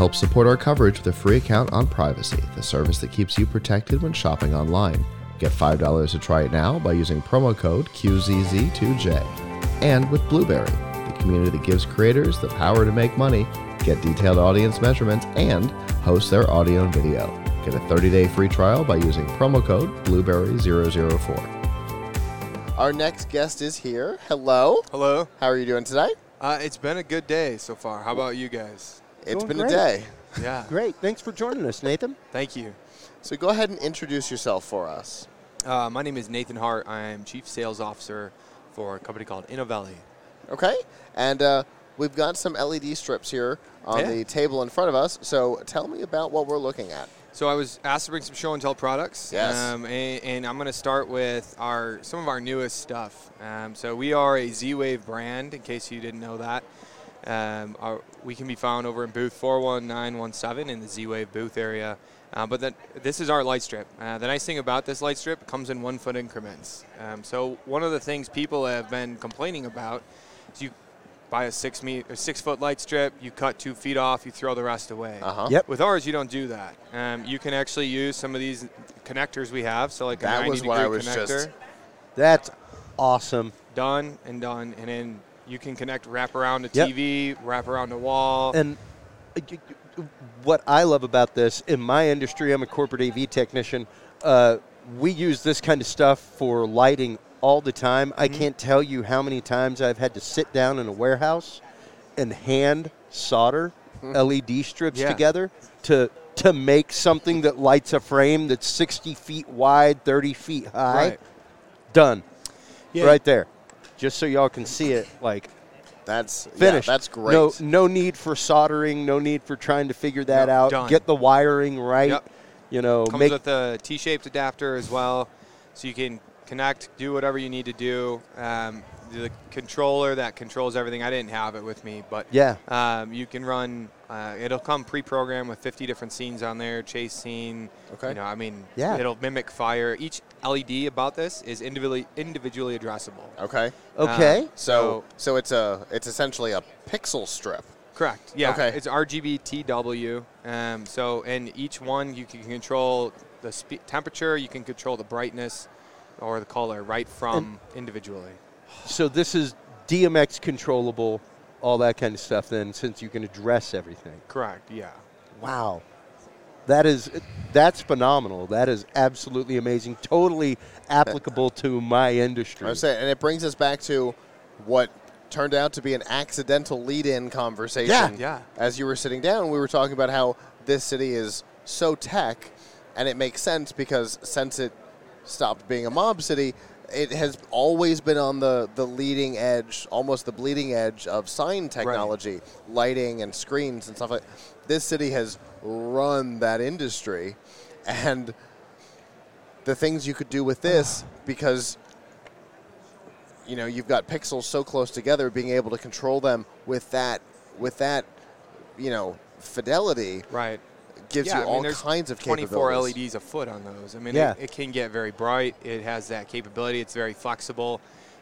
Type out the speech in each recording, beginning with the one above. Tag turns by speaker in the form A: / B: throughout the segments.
A: Help support our coverage with a free account on Privacy, the service that keeps you protected when shopping online. Get $5 to try it now by using promo code QZZ2J. And with Blueberry, the community that gives creators the power to make money, get detailed audience measurements, and host their audio and video. Get a 30 day free trial by using promo code Blueberry004. Our next guest is here. Hello.
B: Hello.
A: How are you doing today?
B: Uh, it's been a good day so far. How about you guys?
A: It's
C: Doing
A: been a
C: great.
A: day.
B: Yeah.
C: Great. Thanks for joining us, Nathan.
B: Thank you.
A: So go ahead and introduce yourself for us.
B: Uh, my name is Nathan Hart. I am Chief Sales Officer for a company called InnoValley.
A: Okay. And uh, we've got some LED strips here on
B: Yeah.
A: the table in front of us. So tell me about what we're looking at.
B: So I was asked to bring some show and tell products.
A: Yes.
B: Um, and, and I'm going to start with our some of our newest stuff. Um, so we are a Z-Wave brand. In case you didn't know that, um, our, we can be found over in booth 41917 in the Z-Wave booth area. Uh, but that, this is our light strip. Uh, the nice thing about this light strip it comes in one foot increments. Um, so one of the things people have been complaining about is you buy a six meter, a six foot light strip, you cut two feet off, you throw the rest away.
A: Uh huh.
C: Yep.
B: With ours, you don't do that. Um, you can actually use some of these connectors we have. So like
A: That
B: a 90
A: was
B: degree
A: what I was
B: connector,
A: just-
C: That's awesome.
B: done and done, and then you can connect wrap around to
C: Yep.
B: TV, wrap around to wall.
C: And uh, y- y- what I love about this, in my industry, I'm a corporate AV technician. Uh, we use this kind of stuff for lighting all the time.
B: Mm-hmm.
C: I can't tell you how many times I've had to sit down in a warehouse and hand solder LED strips
B: Mm-hmm. Yeah.
C: together to to make something that lights a frame that's 60 feet wide, 30 feet high.
B: Right.
C: Done.
B: Yeah.
C: Right there. Just so y'all can see it like
A: That's
C: finished.
A: Yeah, that's great.
C: No, no need for soldering. No need for trying to figure that
B: No,
C: out.
B: done.
C: Get the wiring right.
B: Yep.
C: You know,
B: comes
C: make
B: with a T-shaped adapter as well, so you can connect, do whatever you need to do. Um, the controller that controls everything. I didn't have it with me, but
C: Yeah.
B: um, you can run. Uh, it'll come pre-programmed with 50 different scenes on there, chase scene.
A: Okay.
B: You know, I mean,
C: Yeah.
B: it'll mimic fire. Each LED about this is individually individually addressable.
A: Okay.
C: okay.
B: Uh,
A: So so it's a it's essentially a pixel strip.
B: Correct. Yeah.
A: Okay.
B: It's RGBTW. Um, so, and each one you can control the spe- temperature, you can control the brightness or the color right from individually.
C: so this is DMX controllable, all that kind of stuff. Then, since you can address everything.
B: Correct. Yeah.
C: Wow. That is that's phenomenal. That is absolutely amazing. Totally applicable to my industry.
A: I was saying, and it brings us back to what turned out to be an accidental lead-in conversation.
C: Yeah.
B: Yeah.
A: As you were sitting down, we were talking about how this city is so tech, and it makes sense because since it stopped being a mob city, it has always been on the, the leading edge, almost the bleeding edge of sign technology, lighting and screens and stuff like. This city has run that industry, and the things you could do with this because you know you've got pixels so close together being able to control them with that with that you know fidelity
B: Right.
A: gives
B: yeah,
A: you
B: I mean,
A: all
B: there's E
A: kinds of
B: 24
A: capabilities.
B: LEDs a foot on those. I mean,
C: Yeah.
B: it, it can get very bright. It has that capability. It's very flexible.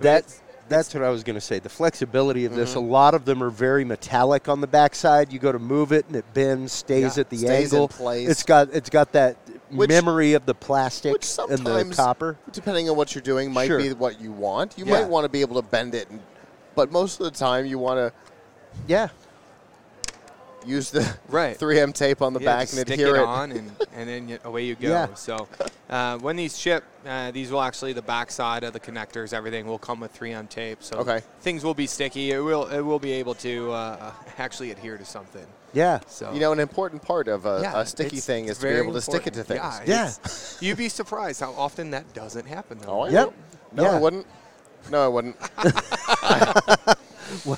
C: That's that's what I was going to say. The flexibility of this. A
A: Mm-hmm.
C: lot of them are very metallic on the backside. You go to move it, and it bends, stays
B: Yeah,
C: at the
A: stays in
C: angle.
A: place.
C: It's got it's got that
A: Which-
C: memory of the plastic
A: which
C: and the
A: sometimes
C: copper.
A: depending on what you're doing might
C: Sure.
A: be what you want you
C: Yeah.
A: might want to be able to bend it and, but most of the time you want to
C: Yeah,
A: use the
B: Right.
A: 3m tape on the
B: Yeah,
A: back
B: just
A: and
B: stick
A: adhere
B: it
A: it,
B: on, and, and then y- away you go.
C: Yeah.
B: So uh, when these ship, uh, these will actually the backside of the connectors, everything will come with 3M tape. So
A: Okay.
B: things will be sticky. It will it will be able to uh, actually adhere to something.
C: yeah.
B: So
A: you know an important part of a,
B: yeah,
A: a sticky
B: it's-
A: thing
B: it's
A: is to be
B: very
A: able to stick it to things
B: important.
C: Yeah.
B: it's- You'd be surprised how often that doesn't happen.
A: Oh,
B: Though.
A: I
C: Yep.
A: know. No, I
C: Yeah.
A: wouldn't. No, I wouldn't.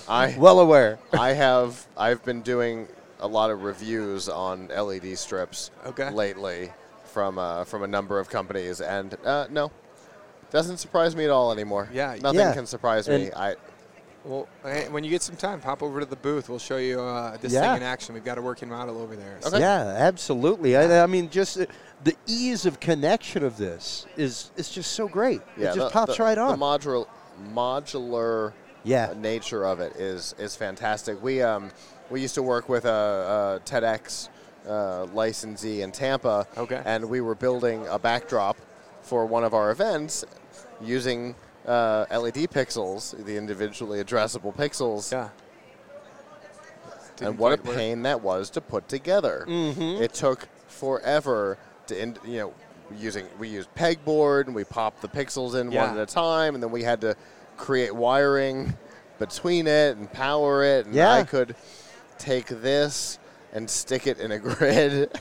A: I,
C: Well aware.
A: I have I've been doing a lot of reviews on LED strips
B: Okay.
A: lately from uh, from a number of companies, and uh, no, doesn't surprise me at all anymore.
B: Yeah.
A: nothing
C: Yeah.
A: can surprise me.
C: And-
A: I
B: Well, hey, when you get some time, pop over to the booth. We'll show you uh, this
C: Yeah.
B: thing in action. We've got a working model over there. So-
A: Okay.
C: Yeah, absolutely. I, I mean, just the- the ease of connection of this is is just so great.
A: yeah,
C: it
A: the-
C: just pops
A: the-
C: right on.
A: The modular modular
C: Yeah.
A: nature of it is is fantastic. We um we used to work with a, a TEDx uh, licensee in Tampa.
B: Okay.
A: And we were building a backdrop for one of our events using uh, LED pixels, the individually addressable pixels.
B: Yeah.
A: and
B: Didn't
A: what a
B: quite work. Mm-hmm.
A: pain that was to put together. It took forever to, in, you know, using we used pegboard and we popped the pixels in
B: Yeah.
A: one at a time, and then we had to create wiring between it and power it. And
C: Yeah.
A: I could take this and stick it in a grid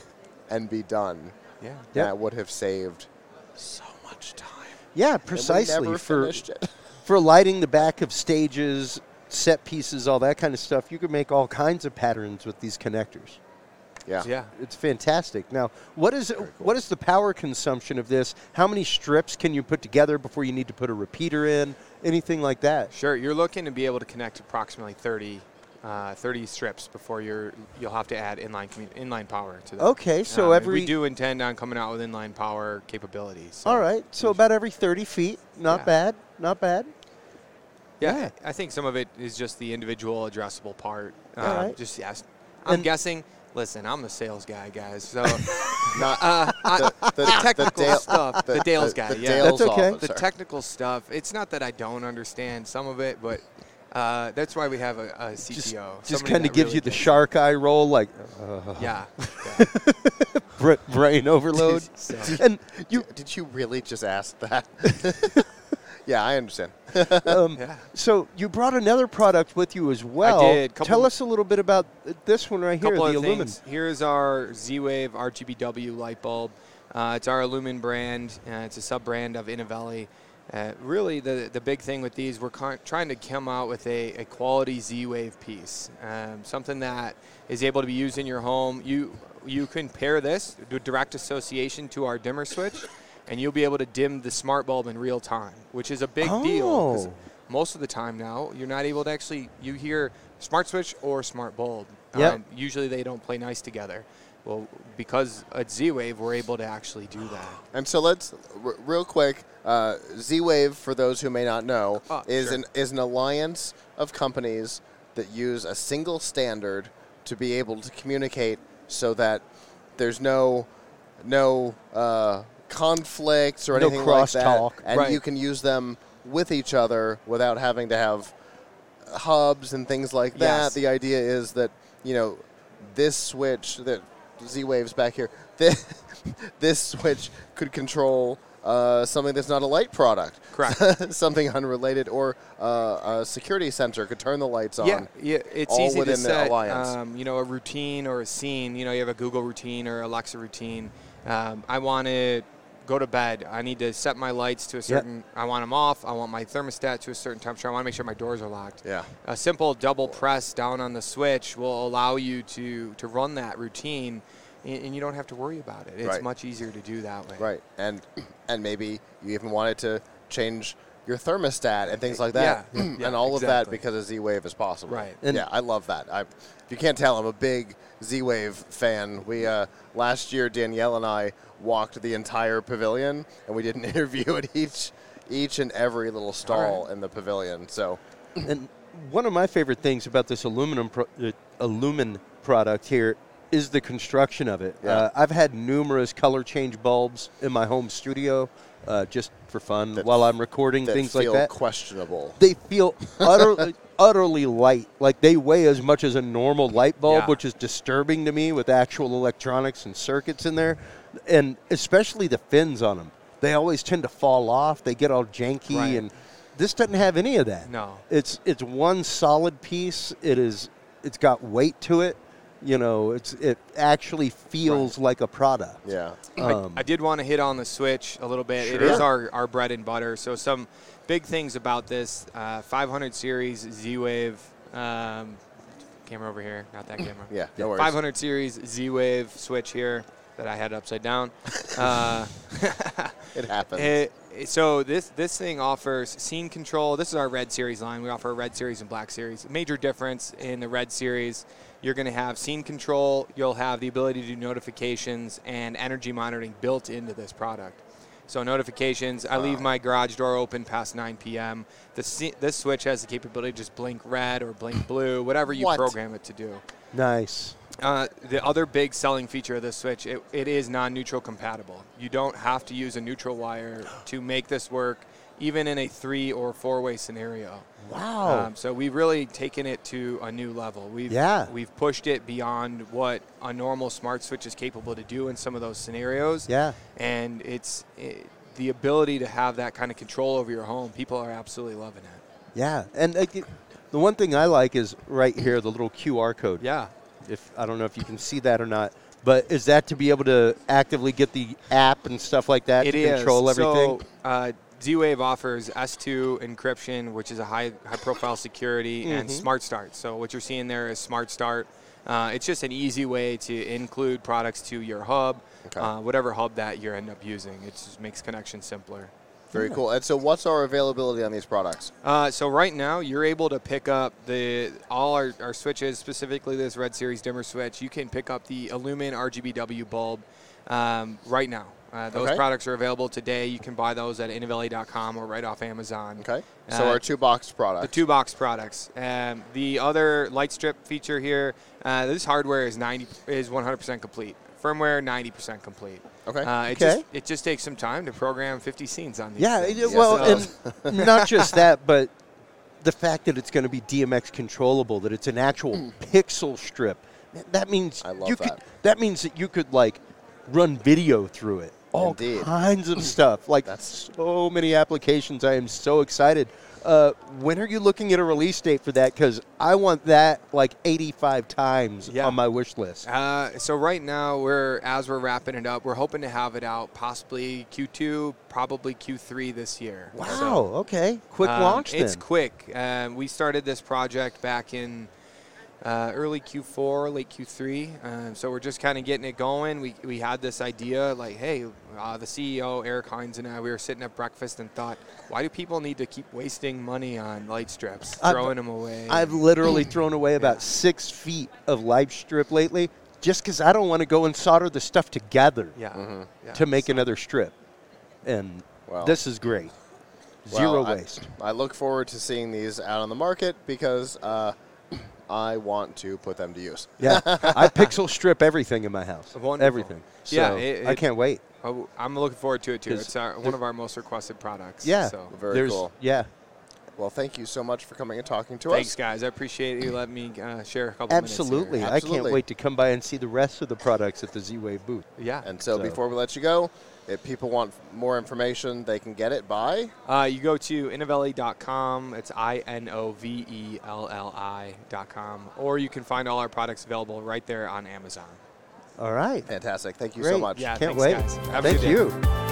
A: and be done.
B: Yeah.
C: Yep.
A: That would have saved so much time.
C: Yeah,
A: And we
C: precisely
A: never
C: for
A: finished it.
C: for lighting the back of stages, set pieces, all that kind of stuff. You could make all kinds of patterns with these connectors.
A: yeah.
B: Yeah.
C: It's fantastic. Now, what is what is the power consumption of this? How many strips can you put together before you need to put a repeater in? Anything like that?
B: Sure. You're looking to be able to connect approximately 30, uh, 30 strips before you're you'll have to add inline commu- inline power to that.
C: Okay, so
B: Um, and
C: every
B: we do intend on coming out with inline power capabilities. so-
C: all right, so about every thirty feet. Not
B: Yeah.
C: bad. Not bad.
B: Yeah,
C: Yeah.
B: I think some of it is just the individual addressable part.
C: All
B: Um,
C: right.
B: Just yes, I'm
C: And-
B: guessing. Listen, I'm the sales guy, guys. So
A: Not
B: uh, I,
A: the,
B: technical
A: Dale-
B: stuff, the Dale's guy,
A: The
B: yeah.
A: Dale's
C: That's okay.
B: the
A: officer.
B: technical stuff. It's not that I don't understand some of it, but uh, that's why we have a, a CTO.
C: Just, just
B: somebody
C: kind of
B: that
C: gives
B: really
C: you the
B: can-
C: shark eye roll, like uh,
B: Yeah. yeah.
C: br- brain overload.
B: So-
C: and you,
A: Did you really just ask that? yeah, I understand.
C: um,
B: Yeah.
C: so you brought another product with you as well.
B: did. Couple-
C: Tell us a little bit about uh, this one right here,
B: couple
C: the
B: of
C: Illumin.
B: things. Here's our Z-Wave RGBW light bulb. Uh, it's our Illumin brand. Uh, it's a sub-brand of Innovelli. Uh, really, the, the big thing with these, we're con- trying to come out with a, a quality Z-Wave piece, um, something that is able to be used in your home. You you can pair this, do direct association to our dimmer switch, and you'll be able to dim the smart bulb in real time, which is a big deal. 'cause
C: Oh.
B: Most of the time now, you're not able to actually. You hear smart switch or smart bulb.
C: Yep.
B: usually they don't play nice together. Well, because at Z Wave, we're able to actually do that.
A: And so let's r- real quick. Uh, Z-Wave, for those who may not know,
B: Oh,
A: is
B: sure.
A: an is an alliance of companies that use a single standard to be able to communicate, so that there's no no uh, conflicts or
C: No
A: anything like that,
C: crosstalk.
A: and
B: Right.
A: you can use them with each other without having to have hubs and things like that.
B: Yes.
A: The idea is that you know this switch that Z waves back here, this, this switch could control uh, something that's not a light product,
B: Correct.
A: something unrelated, or uh, a security sensor could turn the lights on.
B: Yeah, yeah it's
A: all
B: easy
A: within
B: to
A: the
B: set,
A: alliance.
B: Um, you know, a routine or a scene. You know, you have a Google routine or Alexa routine. Um, I want to go to bed. I need to set my lights to a certain. I want them off. I want my thermostat to a certain temperature. I want to make sure my doors are locked.
A: Yeah.
B: A simple double press down on the switch will allow you to to run that routine, and, and you don't have to worry about it. It's
A: Right.
B: much easier to do that way.
A: Right, and and maybe you even wanted to change your thermostat and things like that,
B: Eh, Yeah, yeah,
A: and all of that
B: exactly.
A: because of Z Wave is possible.
B: Right.
C: And-
A: yeah, I love that. I, if you can't tell, I'm a big Z Wave fan. We uh, last year Danielle and I walked the entire pavilion, and we did an interview at each each and every little stall in the pavilion. So
C: And one of my favorite things about this aluminum pro- uh, aluminum product here is the construction of it.
A: Yeah.
C: Uh, I've had numerous color change bulbs in my home studio uh, just for fun
A: That-
C: while I'm recording
A: that
C: things like
A: feel
C: that.
A: questionable.
C: they feel utterly utterly light. Like they weigh as much as a normal light bulb,
B: Yeah.
C: which is disturbing to me with actual electronics and circuits in there, and especially the fins on them. They always tend to fall off. They get all janky,
B: Right.
C: and this doesn't have any of that.
B: No.
C: it's it's one solid piece. It is. It's got weight to it. You know, it's it actually feels like a product.
A: yeah,
C: Um,
B: I, I did want to hit on the switch a little bit. It
A: Sure.
B: is our, our bread and butter. So some big things about this uh, 500 series Z-Wave um, camera over here, not that camera.
A: yeah, no worries.
B: 500 series Z-Wave switch here that I had upside down. Uh,
A: It happens.
B: it- so this this thing offers scene control. This is our red series line. We offer a red series and black series. Major difference in the red series, you're going to have scene control. You'll have the ability to do notifications and energy monitoring built into this product. So notifications. I leave my garage door open past 9 p.m. The, sce- this switch has the capability to just blink red or blink blue, whatever you
A: What?
B: program it to do.
C: Nice.
B: Uh, the other big selling feature of this switch, it, it is non-neutral compatible. You don't have to use a neutral wire to make this work, even in a three or four-way scenario.
C: Wow.
B: Um, so we've really taken it to a new level. We've
C: Yeah.
B: we've pushed it beyond what a normal smart switch is capable to do in some of those scenarios.
C: yeah.
B: And it's it, the ability to have that kind of control over your home. People are absolutely loving it.
C: Yeah. And uh, the one thing I like is right here the little QR code.
B: Yeah.
C: If I don't know if you can see that or not, but is that to be able to actively get the app and stuff like that
B: It
C: to
B: is
C: control everything?
B: So, uh, Z-Wave offers S2 encryption, which is a high high profile security, and
C: Mm-hmm.
B: Smart Start. So what you're seeing there is Smart Start. Uh, it's just an easy way to include products to your hub,
A: Okay.
B: uh, whatever hub that you end up using. It just makes connection simpler.
A: Very cool. And so, what's our availability on these products?
B: Uh, so right now, you're able to pick up the all our, our switches, specifically this Red Series dimmer switch. You can pick up the Illumin RGBW bulb um, right now. Uh, those
A: Okay.
B: products are available today. You can buy those at innovale.com or right off Amazon.
A: Okay. So,
B: Uh,
A: our two box
B: The
A: products.
B: two box products. Um, the other light strip feature here. Uh, this hardware is 90 is 100% complete. Firmware 90% complete.
A: Okay.
B: Uh, it,
C: Okay.
B: Just, it just takes some time to program 50 scenes on these.
C: yeah.
B: things.
C: it- well,
A: it
C: and not just that, but the fact that it's going to be DMX controllable, that it's an actual pixel strip. Man, That means
A: I love
C: you Could,
A: that.
C: that means that you could like run video through it. All
A: Indeed.
C: kinds of stuff. Like
A: That's-
C: so many applications. I am so excited. Uh, when are you looking at a release date for that? Because I want that like 85 times
B: Yeah.
C: on my wish list.
B: Uh, so right now we're as we're wrapping it up, we're hoping to have it out possibly Q2, probably Q3 this year.
C: Wow.
B: So,
C: okay. Quick
B: um,
C: launch. Then.
B: It's quick. Um, we started this project back in uh, early Q4, late Q3. Um, so we're just kind of getting it going. We, we had this idea like, hey, uh, the CEO, Eric Hines, and I, we were sitting at breakfast and thought, why do people need to keep wasting money on light strips,
C: I've-
B: throwing them away?
C: I've literally thrown away about six feet of live strip lately just because I don't want to go and solder the stuff together
B: yeah, yeah.
C: to make another strip. And
A: Wow.
C: this is great.
A: Well,
C: Zero
A: I-
C: waste.
A: I, look forward to seeing these out on the market because uh, I want to put them to use.
C: yeah. I pixel strip everything in my house.
B: Wonderful.
C: Everything. So
B: Yeah, it-
C: I
B: it-
C: can't wait.
B: Oh, I'm looking forward to it too.
C: 'Cause
B: It's our, one of our most requested products.
C: Yeah.
B: So.
A: Very
C: There's-
A: cool.
C: Yeah.
A: Well, thank you so much for coming and talking to
B: Thanks,
A: us.
B: guys. I appreciate you letting me uh, share a couple minutes.
C: Absolutely.
B: here.
C: I can't
A: Absolutely.
C: wait to come by and see the rest of the products at the Z Wave booth.
B: Yeah.
A: And so,
C: So-
A: before we let you go, if people want more information, they can get it by.
B: Uh, you go to innovelli.com. It's I N O V E L L I.com. Or you can find all our products available right there on Amazon.
C: All right.
A: Fantastic. Thank you so
C: Great.
A: much.
B: Yeah,
C: Can't
B: thanks,
C: wait.
B: guys. Have a
C: Thank
B: good day.
C: you.